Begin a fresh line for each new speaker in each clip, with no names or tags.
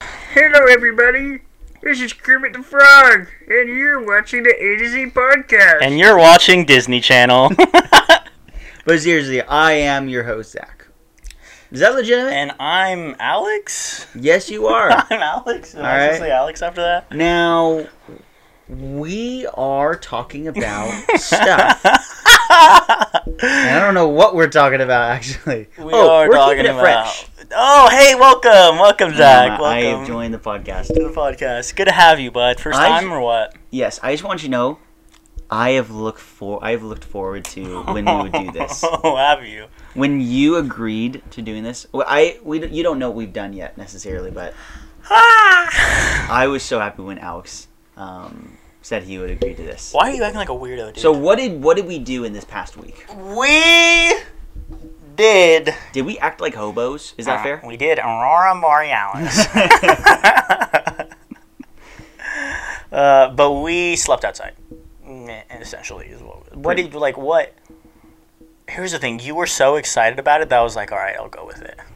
Hello, everybody. This is Kermit the Frog, and you're watching the A to Z podcast.
And you're watching Disney Channel.
But seriously, I am your host, Zach. Is that legitimate?
and I'm Alex.
yes, you are.
I'm Alex. Am I
All
supposed
right.
to say Alex after that?
now, we are talking about stuff. And I don't know what we're talking about, actually.
We are talking
Oh, keeping it
about. Oh, hey, welcome. Welcome, Zach.
Um, I
welcome
have joined the podcast.
to the podcast. Good to have you, bud. 1st
I've-
time or what?
Yes, I just want you to know, I have looked for I have looked forward to when we would do this.
oh, have you?
When you agreed to doing this, well, I we don't- you don't know what we've done yet necessarily, but
Ah!
I was so happy when Alex um, said he would agree to this.
Why are you acting like a weirdo, dude?
So what did what did we do in this past week?
we did.
Did we act like hobos? Is that
Uh,
fair?
We did Aurora Borealis. uh, but we slept outside, mm, essentially. Is what, what did like what? Here's the thing: you were so excited about it that I was like, "All right, I'll go with it."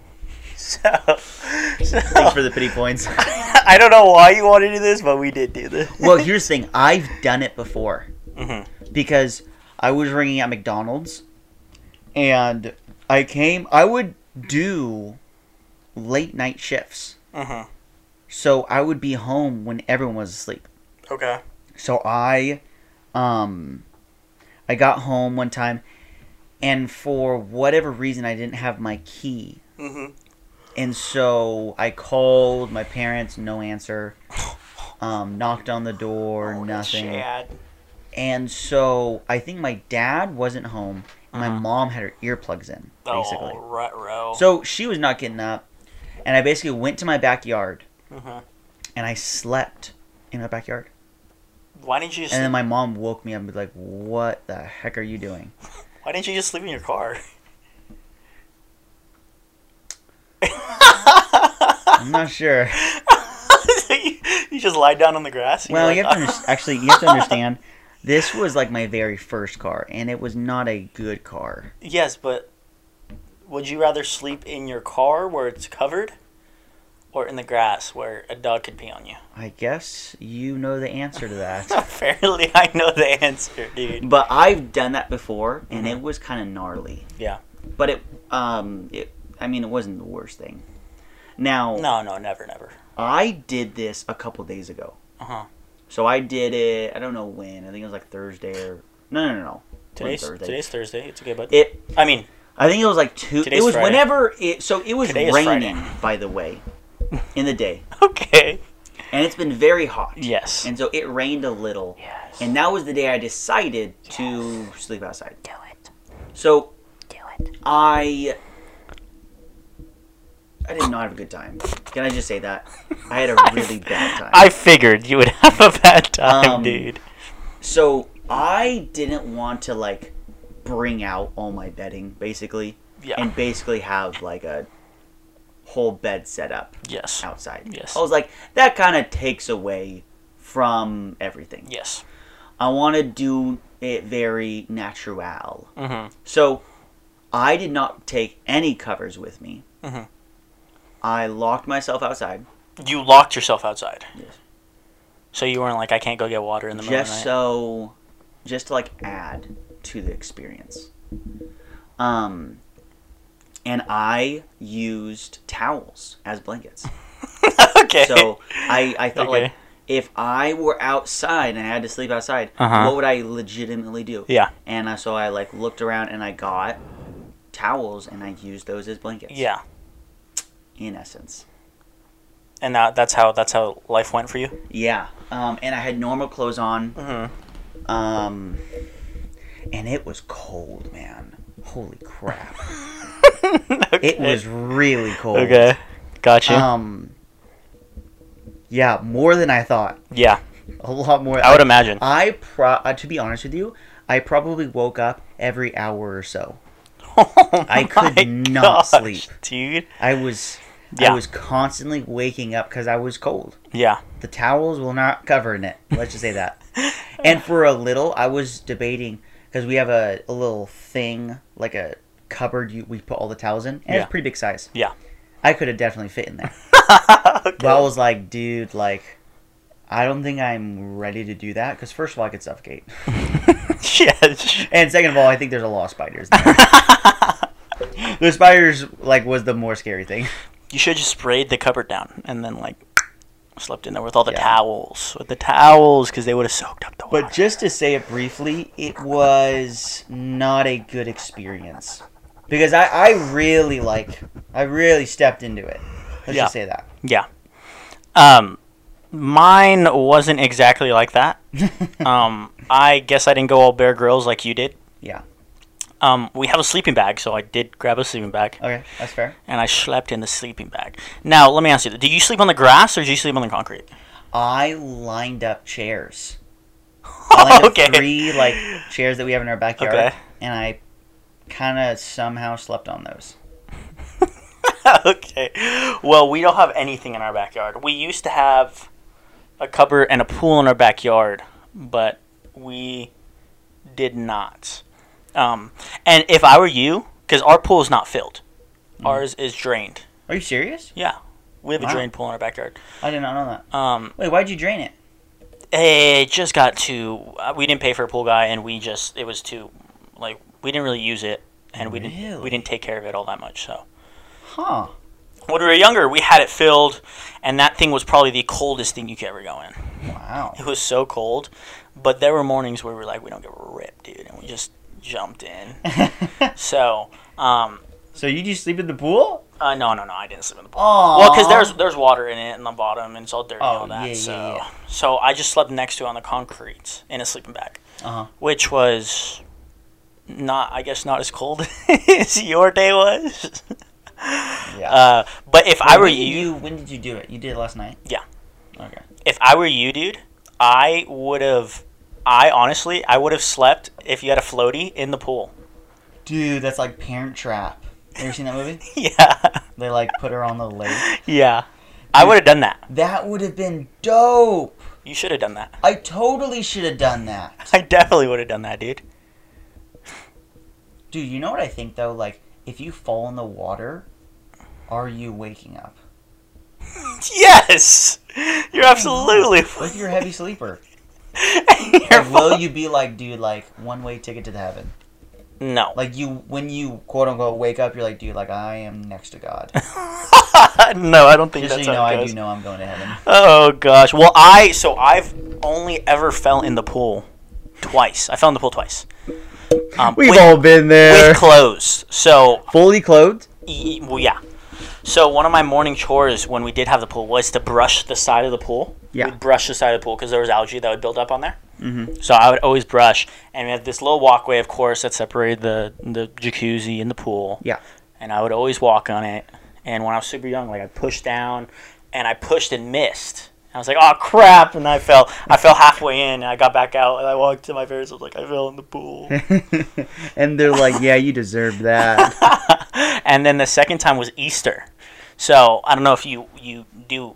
So, so
Thanks for the pity points.
I don't know why you want to do this, but we did do this.
well, here's the thing. I've done it before
Mhm.
because I was ringing at McDonald's, and I came. I would do late night shifts,
Mhm.
so I would be home when everyone was asleep.
Okay.
So I, um, I got home one time, and for whatever reason, I didn't have my key
Mhm.
And so I called my parents, no answer. Um, knocked on the door, nothing.
Shad.
And so I think my dad wasn't home. And My mom had her earplugs in, basically.
Oh, rut row.
So she was not getting up. And I basically went to my backyard
Mhm.
and I slept in my backyard.
Why didn't you just?
And then my mom woke me up and be like, What the heck are you doing?
Why didn't you just sleep in your car?
I'm not sure.
you, you just lie down on the grass. and
Well,
you're
you
like,
have to under- actually you have to understand. This was like my very first car, and it was not a good car.
"Uh, Yes, but would you rather sleep in your car where it's covered, or in the grass where a dog could pee on you?
I guess you know the answer to that.
Apparently, I know the answer, dude.
but I've done that before, and it was kind of gnarly.
Mm-hmm. Yeah.
But it, um, it, I mean, it wasn't the worst thing. Now,
No, no, never, never.
I did this a couple days ago.
Uh-huh.
So I did it. I don't know when. I think it was like Thursday or no, no, no, no. It wasn't
Today's
Thursday.
today's Thursday. It's okay, bud.
It.
I mean,
I think it was like two.
Today's
it was
Friday.
whenever it. So it was
Today is Friday.
raining, by the way, in the day,
okay.
and it's been very hot.
Yes.
And so it rained a little.
yes.
And that was the day I decided to sleep outside.
do it.
So
Do it.
I I did not have a good time. Can I just say that? I had a really bad time.
I figured you would have a bad time,
Um,
dude.
so I didn't want to like bring out all my bedding basically
Yeah.
and basically have like a whole bed set up
yes.
outside.
Yes.
I was like that kind of takes away from everything.
Yes.
I want to do it very natural.
Mm-hmm.
So I did not take any covers with me.
Mhm.
I locked myself outside
You locked yourself outside.
Yes.
So you weren't like, I can't go get water in the middle of the
just
night.
so, just to like add to the experience. Um, and I used towels as blankets.
okay.
So I, I thought like
Okay.
if I were outside and I had to sleep outside,
Uh-huh.
what would I legitimately do?
yeah,
And I, so I like looked around and I got towels and I used those as blankets.
yeah,
In essence.
and that that's how that's how life went for you.
Yeah, um, and I had normal clothes on,
Mm-hmm.
um, and it was cold, man. Holy crap!
okay.
It was really cold.
okay. Gotcha.
Um. Yeah, more than I thought.
yeah,
A lot more.
I would imagine.
I pro. Uh, to be honest with you, I probably woke up every hour or so. I could
Oh My
not
gosh,
sleep.
dude.
I was.
Yeah.
I was constantly waking up because I was cold.
Yeah,
The towels will not cover in it. Let's just say that. and for a little, I was debating because we have a, a little thing like a cupboard you, we put all the towels in, and
Yeah.
it's pretty big size.
yeah.
I could have definitely fit in there.
Okay.
But I was like, dude, like, I don't think I'm ready to do that because first of all, I could suffocate,
yes.
and second of all, I think there's a lot of spiders. There. the spiders like was the more scary thing.
You should just sprayed the cupboard down and then like slept in there with all the
Yeah.
towels, with the towels, because they would have soaked up the water.
But just to say it briefly, it was not a good experience because I, I really like I really stepped into it. Let's
Yeah.
just say that.
yeah. Um, mine wasn't exactly like that. um, I guess I didn't go all Bear Grylls like you did.
Yeah.
Um, we have a sleeping bag, so I did grab a sleeping bag
Okay, that's fair.
and I slept in the sleeping bag. Now, let me ask you: Do you sleep on the grass or do you sleep on the concrete?
I lined up chairs. I lined up
Okay.
three like chairs that we have in our backyard,
Okay.
and I kind of somehow slept on those.
okay. Well, we don't have anything in our backyard. We used to have a cupboard and a pool in our backyard, but we did not. Um, and if I were you, because our pool is not filled, ours is drained.
Are you serious?
Yeah, we have a
Mm-hmm. Wow.
drained pool in our backyard.
I did not know that.
Um,
Wait, why'd you drain it?
it just got too. uh, We didn't pay for a pool guy, and we just it was too like we didn't really use it, and we didn't we
Really?
didn't take care of it all that much. So
Huh?
when we were younger, we had it filled, and that thing was probably the coldest thing you could ever go in.
Wow.
It was so cold, but there were mornings where we were like, we don't give a rip, dude, and we just jumped in. so, um,
so you just sleep in the pool?
uh, no, no, no, I didn't sleep in the pool.
Oh.
Well, because there's there's water in it in the bottom, and it's all dirty and
Oh,
all that.
yeah, yeah,
so,
yeah.
so I just slept next to it on the concrete in a sleeping bag,
Uh-huh.
which was not, I guess, not as cold as your day was.
Yeah.
Uh, but if I were
when did
you,
When did you do it? You did it last night.
Yeah.
Okay.
if I were you, dude, I would have. I honestly, I would have slept if you had a floaty in the pool.
Dude, that's like Parent Trap. You ever seen that movie?
yeah,
They like put her on the lake.
yeah. I would have done that.
That would have been dope.
You should have done that.
I totally should have done that.
I definitely would have done that, dude.
Dude, you know what I think though? Like, if you fall in the water, are you waking up?
Yes, you're absolutely.
What if you're a heavy sleeper?
You're
Like, will
full-
you be like, dude, like one way ticket to the heaven?
No,
Like you, when you quote unquote wake up, you're like, dude, like I am next to God.
no, I don't think
Just so
that's
you know,
how it
I
goes.
do know I'm going to heaven.
Oh gosh. Well, I so I've only ever fell in the pool twice. I fell in the pool twice. Um, with,
all been
with clothes. So
Fully clothed.
Y- well, yeah. So one of my morning chores when we did have the pool was to brush the side of the pool.
Yeah.
We'd brush the side of the pool because there was algae that would build up on there. Mm-hmm. So I would always brush, and we had this little walkway, of course, that separated the the jacuzzi and the pool.
Yeah.
And I would always walk on it. And when I was super young, like I pushed down, and I pushed and missed. I was like, "Oh crap!" And I fell. I fell halfway in, and I got back out, and I walked to my parents. I was like, "I fell in the pool."
and they're like, yeah, you deserve that.
and then the second time was Easter. So I don't know if you you do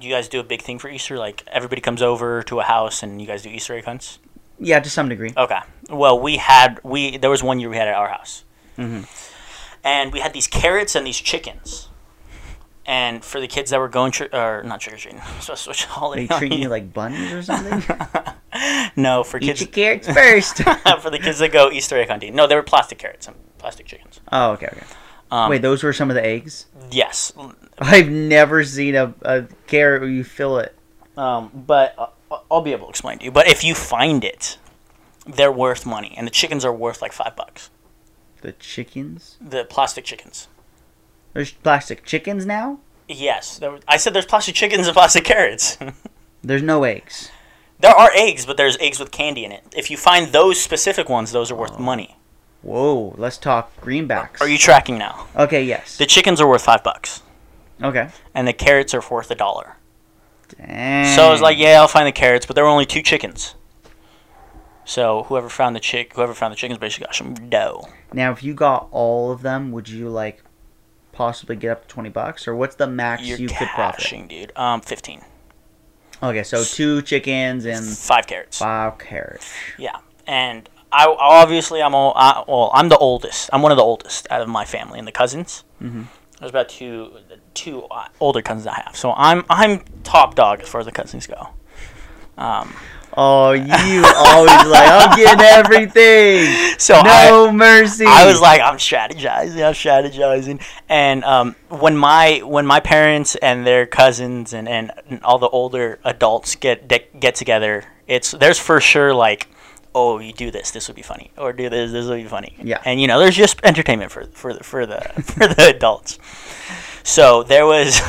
you guys do a big thing for Easter, like everybody comes over to a house and you guys do Easter egg hunts.
yeah, to some degree.
Okay. Well, we had we there was one year we had at our house,
Mm-hmm.
and we had these carrots and these chickens. And for the kids that were going, tr- or not trick or treating, so I switch
They
holiday.
treating you like bunnies or something?
no, for
Eat
kids,
your carrots first.
for the kids that go Easter egg hunting. No, they were plastic carrots and plastic chickens.
oh, okay, okay.
Um,
Wait, those were some of the eggs?
Yes,
I've never seen a, a carrot where you fill it.
Um, but uh, I'll be able to explain to you. But if you find it, they're worth money, and the chickens are worth like five bucks.
The chickens?
The plastic chickens.
There's plastic chickens now?
Yes, there were, I said there's plastic chickens and plastic carrots.
There's no eggs.
there are eggs, but there's eggs with candy in it. If you find those specific ones, those are worth
Oh.
money.
Whoa, let's talk greenbacks.
Are you tracking now?
Okay, yes.
The chickens are worth five bucks,
Okay.
and the carrots are worth a dollar.
Dang.
So I was like, yeah, I'll find the carrots, but there were only two chickens. So whoever found the chick, whoever found the chickens, basically got some dough.
Now, if you got all of them, would you, like, possibly get up to 20 bucks? Or what's the max
You're
you could profit?
cashing, dude. Um, fifteen.
Okay, so two chickens and
Five carrots.
five carrots.
Yeah, and I obviously I'm all I, well. I'm the oldest. I'm one of the oldest out of my family and the cousins. Mm-hmm. There's about two two uh, older cousins I have, so I'm I'm top dog as far as the cousins go. Um,
Oh, you always like I'm getting everything.
so I,
No mercy.
I was like, I'm strategizing, I'm strategizing, and um, when my when my parents and their cousins and, and all the older adults get de- get together, it's there's for sure like, oh, you do this, this would be funny, or do this, this would be funny.
Yeah.
and you know, there's just entertainment for for the for the for the adults. So there was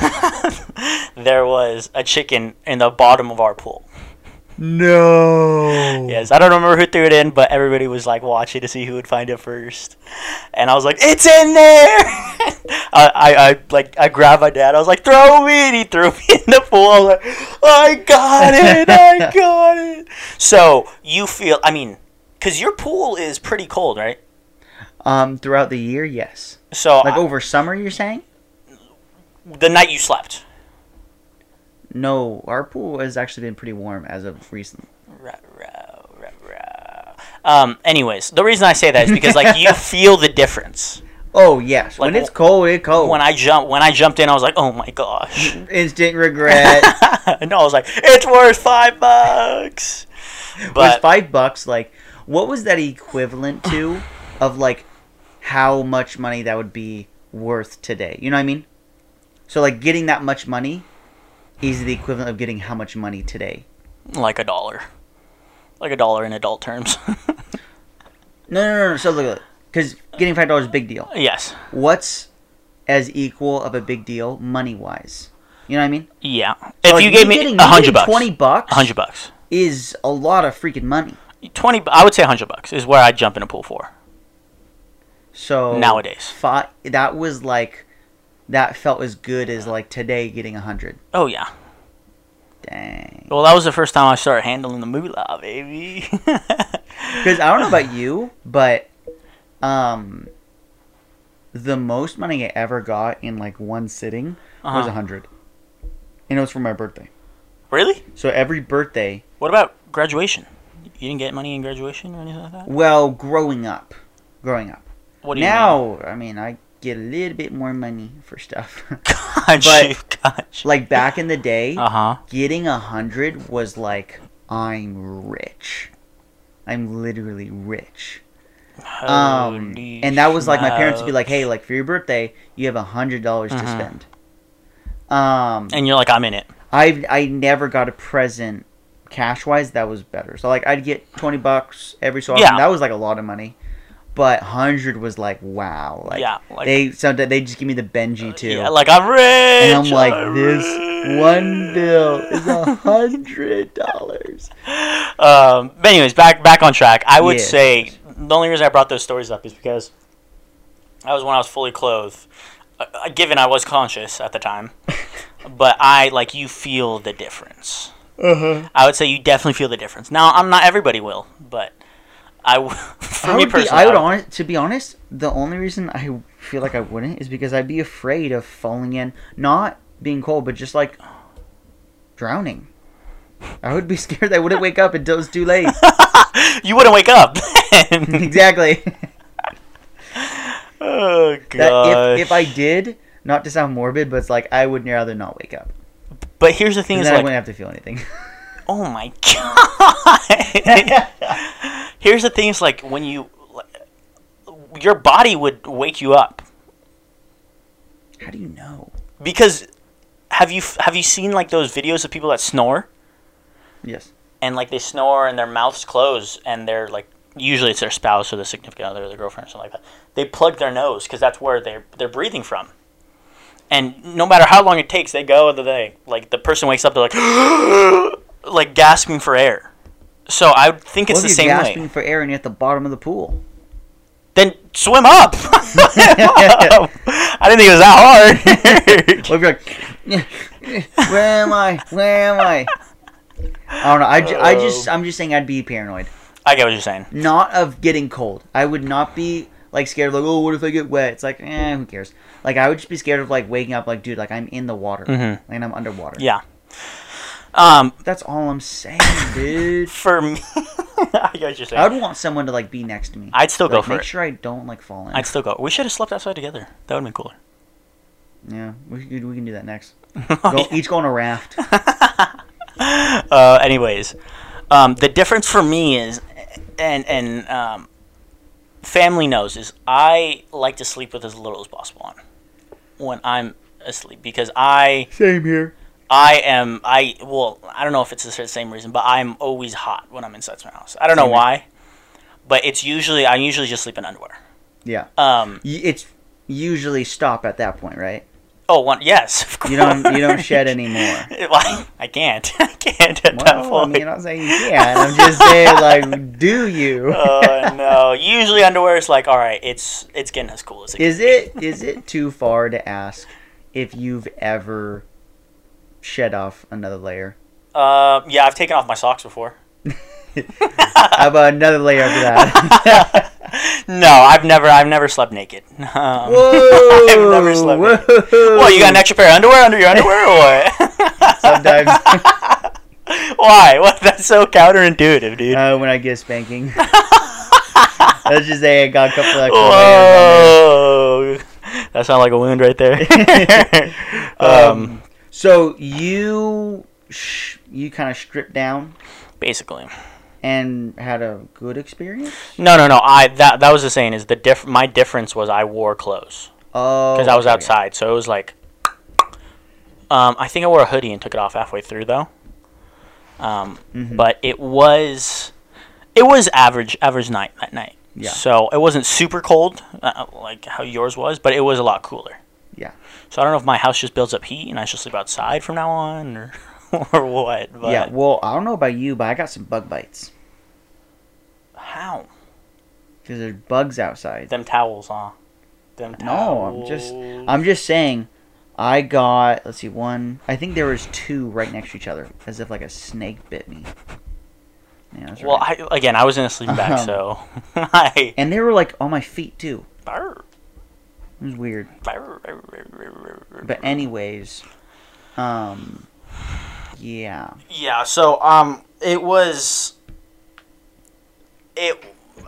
there was a chicken in the bottom of our pool.
no.
Yes, I don't remember who threw it in, but everybody was like watching to see who would find it first, and I was like, "It's in there!" I, I, I like I grabbed my dad. I was like, "Throw me!" And he threw me in the pool. I was like, "I got it! I got it!" So you feel? I mean, because your pool is pretty cold, right?
Um, throughout the year, yes.
So
Like
I-
over summer, you're saying?
the night you slept,
No, our pool has actually been pretty warm as of recently.
Ruh, ruh, ruh, ruh. Um, anyways, the reason I say that is because like you feel the difference.
Oh yes, when
Like,
it's cold, it's cold.
When I jump, when I jumped in, I was like, "Oh my gosh!"
Instant regret.
no, I was like, it's worth five bucks.
was
But
five bucks like what was that equivalent to of like how much money that would be worth today you know what i mean so like getting that much money is the equivalent of getting how much money today
like a dollar, like a dollar in adult terms.
no no no, no. so look because getting five dollars is a big deal
yes.
what's as equal of a big deal money wise you know what i mean
Yeah.
So,
If
like,
you gave me
getting-
a
you
hundred
getting
bucks,
20 bucks
a hundred bucks,
is a lot of freaking money
twenty, bu- I would say a hundred bucks is where I'd jump in a pool for.
so
Nowadays.
fi- that was like that felt as good as like today getting a hundred
Oh yeah.
Dang.
Well, that was the first time I started handling the moolah, baby.
Because I don't know about you, but um, the most money I ever got in like one sitting was
Uh-huh.
a hundred, and it was for my birthday.
really?
So every birthday,
What about graduation? You didn't get money in graduation or anything like that.
well, growing up, growing up.
What do you mean?
Now, I mean, I get a little bit more money for stuff.
Got
but-
you, got you.
like back in the day,
Uh huh.
getting a hundred was like I'm rich. I'm literally rich. um, and that was like my parents would be like, "Hey, like for your birthday, you have a hundred dollars to
Mhm.
spend." Um,
and you're like, I'm in it.
I I never got a present cash wise that was better. So like I'd get twenty bucks every so often.
Yeah.
That was like a lot of money, but hundred was like wow. Like,
yeah, like uh,
they sometimes they just give me the Benji too,
Yeah, like I'm rich.
and I'm like
rich."
this one bill is a hundred dollars.
um, but anyways, back back on track. I would
Yes.
say the only reason I brought those stories up is because that was when I was fully clothed. Uh, uh, given I was conscious at the time, but I like you feel the difference.
Uh-huh.
I would say you definitely feel the difference. Now, I'm not everybody will, but I w- for
I
me
would
personally,
be, I would
I would-
honest, to be honest, the only reason I feel like I wouldn't is because I'd be afraid of falling in, not being cold, but just like drowning. I would be scared that I wouldn't wake up until it's too late.
you wouldn't wake up.
exactly.
oh
That
god.
if, if I did, not to sound morbid, but it's like I would rather not wake up.
but here's the thing:
And
is
then I
like,
wouldn't have to feel anything.
oh my god. here's the thing is like when you your body would wake you up
How do you know?
because have you have you seen like those videos of people that snore
Yes.
and like they snore and their mouths close and they're like usually it's their spouse or their significant other or their girlfriend or something like that they plug their nose because that's where they're they're breathing from and no matter how long it takes they go and then they like the person wakes up they're like like gasping for air so i would think it's
what
the
if
same
you're
way
gasping for air and you're at the bottom of the pool?
then swim up. I didn't think it was that
What if you're like, where am I? Where am I? I don't know. I, ju- I
Oh.
just, I'm just saying, I'd be paranoid,
I get what you're saying.
not of getting cold. I would not be like scared of like, oh, what if I get wet? It's like, eh, who cares? Like, I would just be scared of like waking up, like, dude, like I'm in the water
Mhm.
and I'm underwater.
Yeah. Um,
That's all I'm saying, dude.
for me, I get what you're saying.
I
I'd,
would want someone to like be next to me.
still go
Like,
for
make
it.
sure I don't like fall in.
I'd still go. We should have slept outside together. That would have been cooler.
Yeah, we can, we can do that next.
Oh,
Go,
yeah.
each go on a raft.
uh, anyways, um, the difference for me is, and and um, family knows is I like to sleep with as little as possible on when I'm asleep because I
Same here.
I am I well I don't know if it's the same reason but I'm always hot when I'm inside my house. I don't know
Same here.
why, but it's usually I usually just sleep in underwear.
Yeah,
Um.
Y- it's usually stop at that point, right?
Oh, one. Yes. Of course.
You don't you don't shed anymore.
Well, I can't. I can't at that
Well, I
point.
mean, I'm not saying you can't. I'm just saying, like, do you?
oh no! Usually underwear is like, all right, it's it's getting as cool as it
Is it is it too far to ask if you've ever shed off another layer?
Uh, yeah, I've taken off my socks before.
How about another layer after that?
No, I've never, I've never slept naked. Um,
Whoa!
I've never slept. naked.
whoa.
What, you got an extra pair of underwear under your underwear, or what?
Sometimes
Why? What? That's so counterintuitive, dude.
uh, when I get a spanking, let's just say I got a couple extra layers. oh,
Whoa! That sounded like a wound right there.
on there.
um,
Um, so you sh- you kind of stripped down
basically,
and had a good experience.
no, no, no. I that that was the saying is the diff. My difference was I wore clothes.
Oh,
because I was
okay.
outside, so it was like. Um, I think I wore a hoodie and took it off halfway through though. Um,
Mhm.
but it was, it was average average night that night.
Yeah.
So it wasn't super cold uh, like how yours was, but it was a lot cooler.
Yeah.
So I don't know if my house just builds up heat and I should sleep outside from now on or or what. But
Yeah, well, I don't know about you, but I got some bug bites
How
because there's bugs outside.
them towels, huh? Them
No,
towels.
I'm just, I'm just saying, I got. Let's see, one. I think there was two right next to each other, as if like a snake bit me. Yeah, that's
well,
right.
I, again, I was in a sleeping bag,
Um,
so I.
and they were like on my feet too.
Arr.
It was weird. But anyways, um, yeah,
yeah, so um, it was it.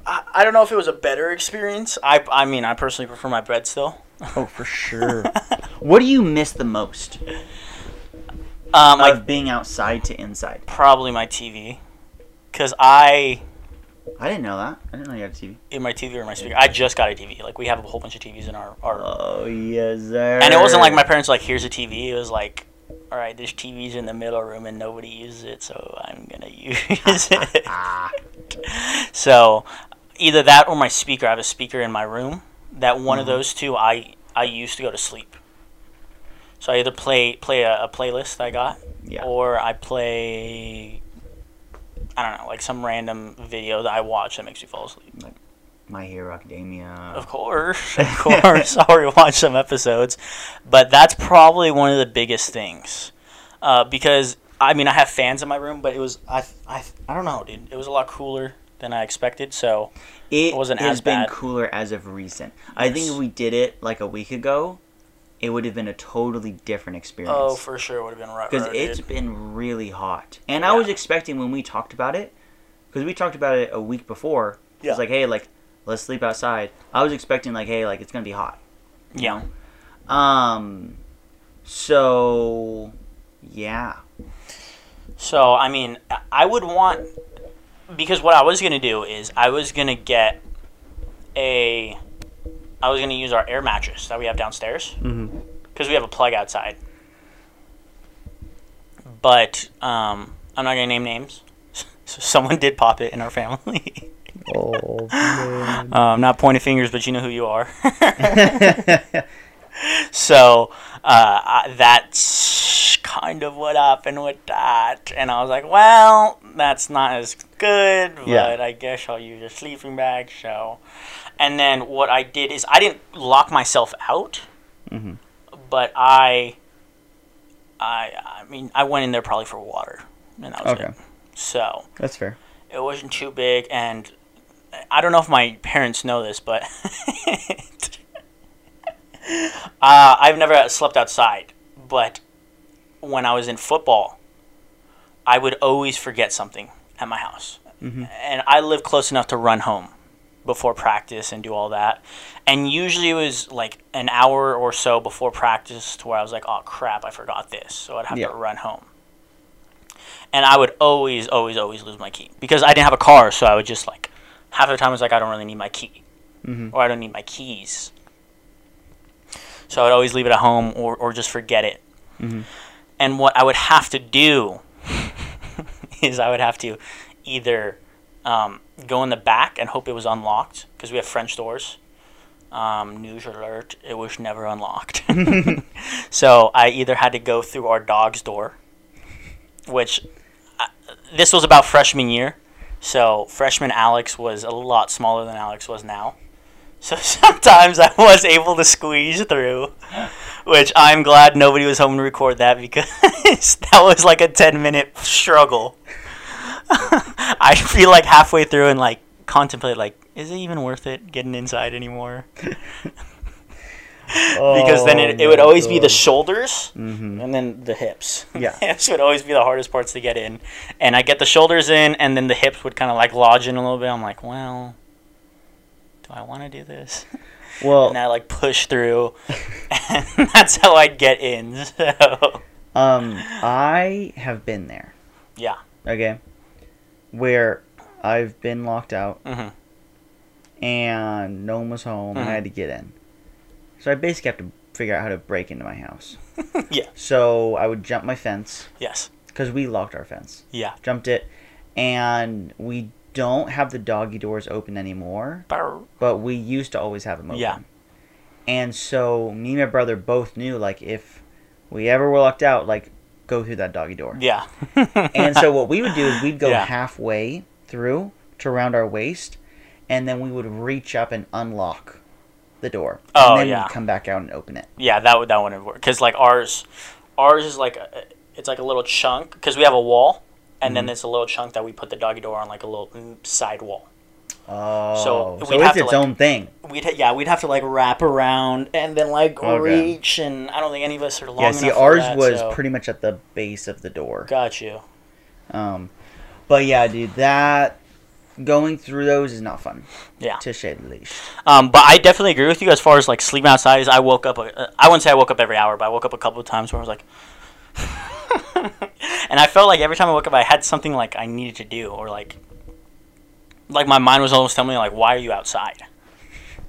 I, I don't know if it was a better experience. I I mean, I personally prefer my bed still.
oh for sure. what do you miss the most
Um, like
of being outside to inside?
probably my TV, cause I
I didn't know that. I didn't know you had a TV.
in my TV or my speaker. I just got a TV. Like we have a whole bunch of TVs in our our,
Oh yes, sir.
and it wasn't like my parents were like here's a TV. It was like. All right, this TV's in the middle room and nobody uses it, so I'm gonna use it.
Ah,
So either that or my speaker. I have a speaker in my room. That one of those two I I use to go to sleep. So I either play play a, a playlist I got
yeah.
or I play I don't know, like some random video that I watch that makes me fall asleep.
My Hero Academia.
Of course. Of course. I already watched some episodes. But that's probably one of the biggest things. Uh, because I mean I have fans in my room, but it was I, I I don't know, dude. It was a lot cooler than I expected, so
It
wasn't
has
as
been
bad.
cooler as of recent. I think
Yes.
if we did it like a week ago, it would have been a totally different
Oh,
experience.
for sure, would have been right.
Because it's been really hot. And I was
Yeah.
expecting when we talked about it, because we talked about it a week before. It
Yeah.
was like, hey, like, let's sleep outside. I was expecting, like, hey, like, it's going to be hot. you
yeah,
know? Um, so, yeah.
So I mean, I- I would want because what I was gonna do is I was gonna get a I was gonna use our air mattress that we have downstairs
Mm-hmm.
because we have a plug outside. But um, I'm not gonna name names. So someone did pop it in our family.
Oh,
um, not pointing fingers, but you know who you are. So uh, I- that's kind of what happened with that. And I was like, well, that's not as good, but
Yeah.
I guess I'll use a sleeping bag. So, and then what I did is I didn't lock myself out,
Mhm.
but I, I, I mean, I went in there probably for water, and that was
Okay.
it. So
That's fair.
it wasn't too big and i don't know if my parents know this but uh, i've never slept outside but when i was in football i would always forget something at my house
Mhm.
and i live close enough to run home before practice and do all that. And usually it was like an hour or so before practice to where I was like, oh crap, I forgot this. So I'd have
Yeah.
to run home. And I would always, always, always lose my key because I didn't have a car. So I would just like, half the time I was like, I don't really need my key
Mhm.
or I don't need my keys. So I would always leave it at home or, or just forget it.
Mhm.
And what I would have to do is I would have to either um, go in the back and hope it was unlocked because we have French doors. Um, news alert, it was never unlocked. so I either had to go through our dog's door, which I, this was about freshman year. So freshman Alex was a lot smaller than Alex was now. So sometimes I was able to squeeze through, which I'm glad nobody was home to record that because that was like a 10 minute struggle. I feel like halfway through and like contemplate like is it even worth it getting inside anymore? Because then it,
Oh,
it would always be the shoulders
hmm
Oh and then the hips.
Yeah.
hips would always be the hardest parts to get in. And I get the shoulders in, and then the hips would kind of like lodge in a little bit. I'm like, well, do I want to do this?
Well,
And I like push through, and that's how I'd get in. So
um, I have been there.
yeah,
Okay, where I've been locked out
hmm
and no one was home, and I
Mm-hmm.
had to get in. So I basically have to figure out how to break into my house.
Yeah.
So I would jump my fence
yes,
because we locked our fence.
yeah.
Jumped it, and we don't have the doggy doors open anymore.
Brr.
but we used to always have them open.
Yeah.
And so me and my brother both knew like if we ever were locked out, like go through that doggy door.
Yeah,
And so what we would do is we'd go
Yeah.
halfway through to around our waist, and then we would reach up and unlock the door.
Oh,
and then
yeah.
we'd come back out and open it.
yeah, that would that wouldn't work because like ours, ours is like a, it's like a little chunk because we have a wall, and
Mm-hmm.
then it's a little chunk that we put the doggy door on like a little mm, side wall.
Oh, so,
we'd have
it's
to,
its
like-
own thing.
we'd ha- yeah we'd have to like wrap around and then like
Okay.
reach and I don't think any of us are long
Yeah,
enough.
see,
for
ours
that,
was
so-
pretty much at the base of the door.
Got you.
Um, but yeah, dude, that going through those is not fun.
Yeah.
to say the least.
Um, but I definitely agree with you as far as like sleeping outside is. I woke up. a- uh, I wouldn't say I woke up every hour, but I woke up a couple of times where I was like, and I felt like every time I woke up, I had something like I needed to do or like, like my mind was almost telling me like, why are you outside?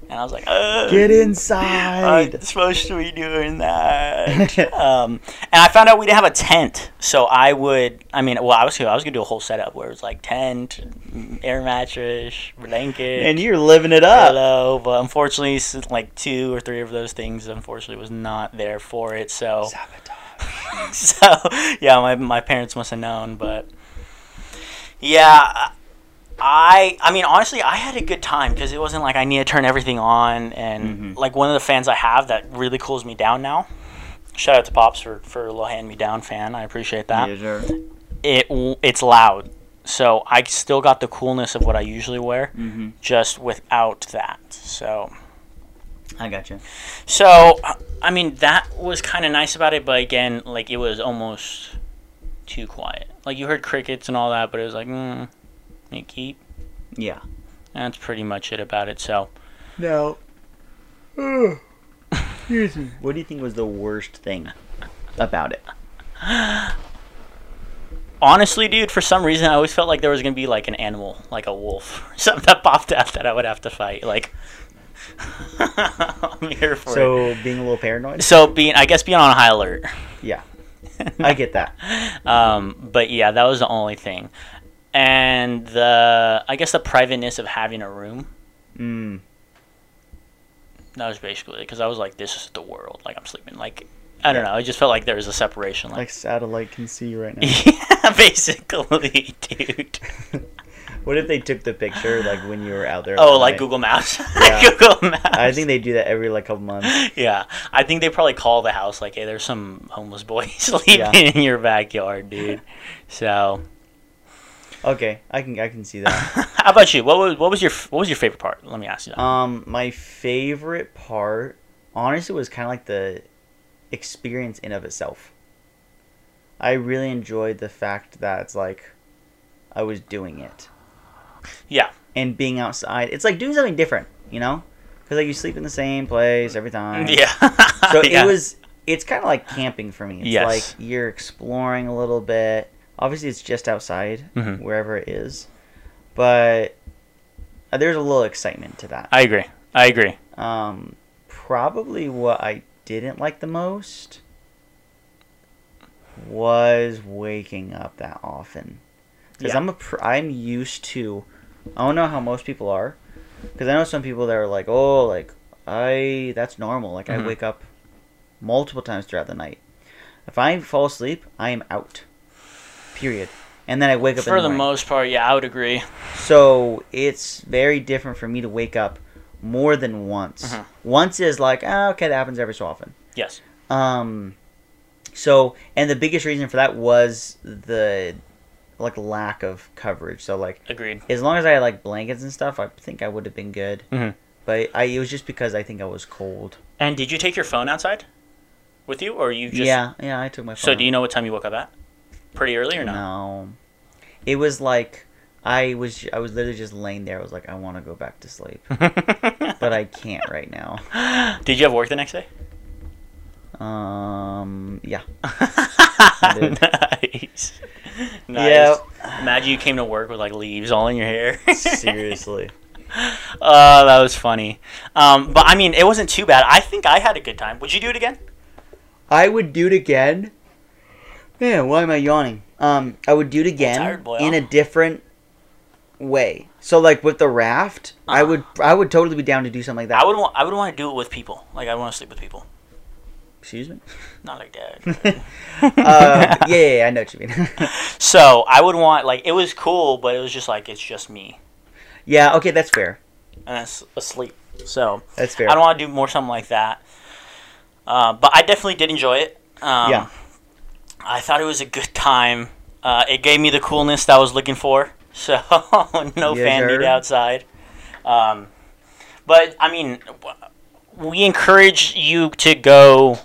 And I was like, Ugh.
Get
I'm
inside.
supposed to be doing that. um, and I found out we didn't have a tent, so I would. I mean, well, I was gonna, I was gonna do a whole setup where it was like tent, m- air mattress, blanket,
and you're living it up.
pillow. But unfortunately, s- like two or three of those things, unfortunately, was not there for it. So, so yeah, my my parents must have known, but yeah. I I mean honestly I had a good time because it wasn't like I need to turn everything on and like one of the fans I have that really cools me down now. Shout out to Pops for for a little hand me down fan. I appreciate that it w- it's loud. So I still got the coolness of what I usually wear,
Mm-hmm.
just without that. So,
I got you.
so I mean that was kind of nice about it, but again, like it was almost too quiet. Like you heard crickets and all that, but it was like, mm, you keep.
Yeah.
That's pretty much it about it. So,
Now, what do you think was the worst thing about it?
honestly, dude, for some reason, I always felt like there was gonna be like an animal, like a wolf, or something that popped out that I would have to fight. Like, I'm here for it.
So being a little paranoid.
so being i guess being on high alert
Yeah, I get that.
um, but yeah that was the only thing and the i guess the privateness of having a room
Mm.
that was basically it because i was like this is the world like i'm sleeping like i don't know i just felt like there was a separation
Like
like
satellite can see right now.
yeah basically dude
what if they took the picture like when you were out there?
oh
at
like
night?
google maps
Yeah.
google maps
I think they do that every like couple months.
yeah i think they probably call the house like hey there's some homeless boy sleeping
Yeah.
in your backyard dude so
Okay, I can I can see that.
how about you what was what was your f- what was your favorite part let me ask you that
um, my favorite part, honestly, was kind of like the experience in of itself. I really enjoyed the fact that it's like I was doing it.
Yeah.
and being outside. It's like doing something different, you know? Because like you sleep in the same place every time.
Yeah.
So
Yeah.
it was. It's kind of like camping for me. It's
Yes.
like you're exploring a little bit. Obviously, it's just outside,
Mhm.
wherever it is, but uh, there's a little excitement to that.
I agree. I agree.
Um, probably what I didn't like the most was waking up that often. Because
Yeah.
I'm a pr- I'm used to. I don't know how most people are, because I know some people that are like, oh, like I that's normal. Like
Mm-hmm.
Mhm.
I wake up multiple times throughout the night. If I fall asleep, I am out. Period. And then I wake up in
For the
morning.
most part, yeah, I would agree.
So it's very different for me to wake up more than once.
Mhm.
Once is like, ah, okay, that happens every so often.
Yes.
Um, so and the biggest reason for that was the like lack of coverage. So like,
Agreed.
as long as I had like blankets and stuff, I think I would have been good.
Mhm.
But I, it was just because I think I was cold.
And did you take your phone outside with you, or you just?
yeah, yeah, I took my. Phone
So do you know what time you woke up at? Pretty early or
out.
no?
No, it was like I was I was literally just laying there. I was like, I want to go back to sleep, but I can't right now.
did you have work the next day?
Um. Yeah. did.
nice. Nice.
Yeah.
Imagine you came to work with like leaves all in your hair.
Seriously.
Oh, that was funny. Um, but I mean, it wasn't too bad. I think I had a good time. Would you do it again?
I would do it again. Man, why am I yawning? Um, I would do it again
tired, boy.
in a different way. So, like with the raft, I would I would totally be down to do something like that.
Uh-huh. I would want. I would want to do it with people. Like I want to sleep with people.
Excuse me.
Not like that.
Uh, yeah, yeah, yeah, I know what you mean.
so I would want like it was cool, but it was just like it's just me
yeah. Okay, that's fair.
and I'm s- asleep. So
That's fair.
I don't want to do more something like that. Uh, but I definitely did enjoy it. Um,
Yeah.
I thought it was a good time. Uh, it gave me the coolness that I was looking for. So no
Yes,
fan need
sir.
outside. Um, but I mean, w- we encourage you to go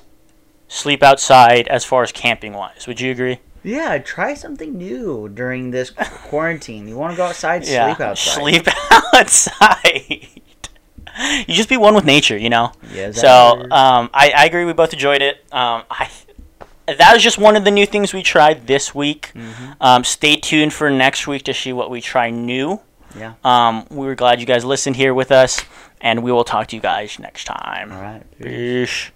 sleep outside as far as camping wise. Would you agree?
yeah, try something new during this qu- quarantine. You want to go outside? Sleep outside.
Sleep outside. you just be one with nature, you know.
Yeah. is that
So
better?
um, I, I agree. We both enjoyed it. Um, I that was just one of the new things we tried this week.
Mm-hmm.
Um, stay tuned for next week to see what we try new.
Yeah.
Um, we were glad you guys listened here with us, and we will talk to you guys next time.
All right.
Peace.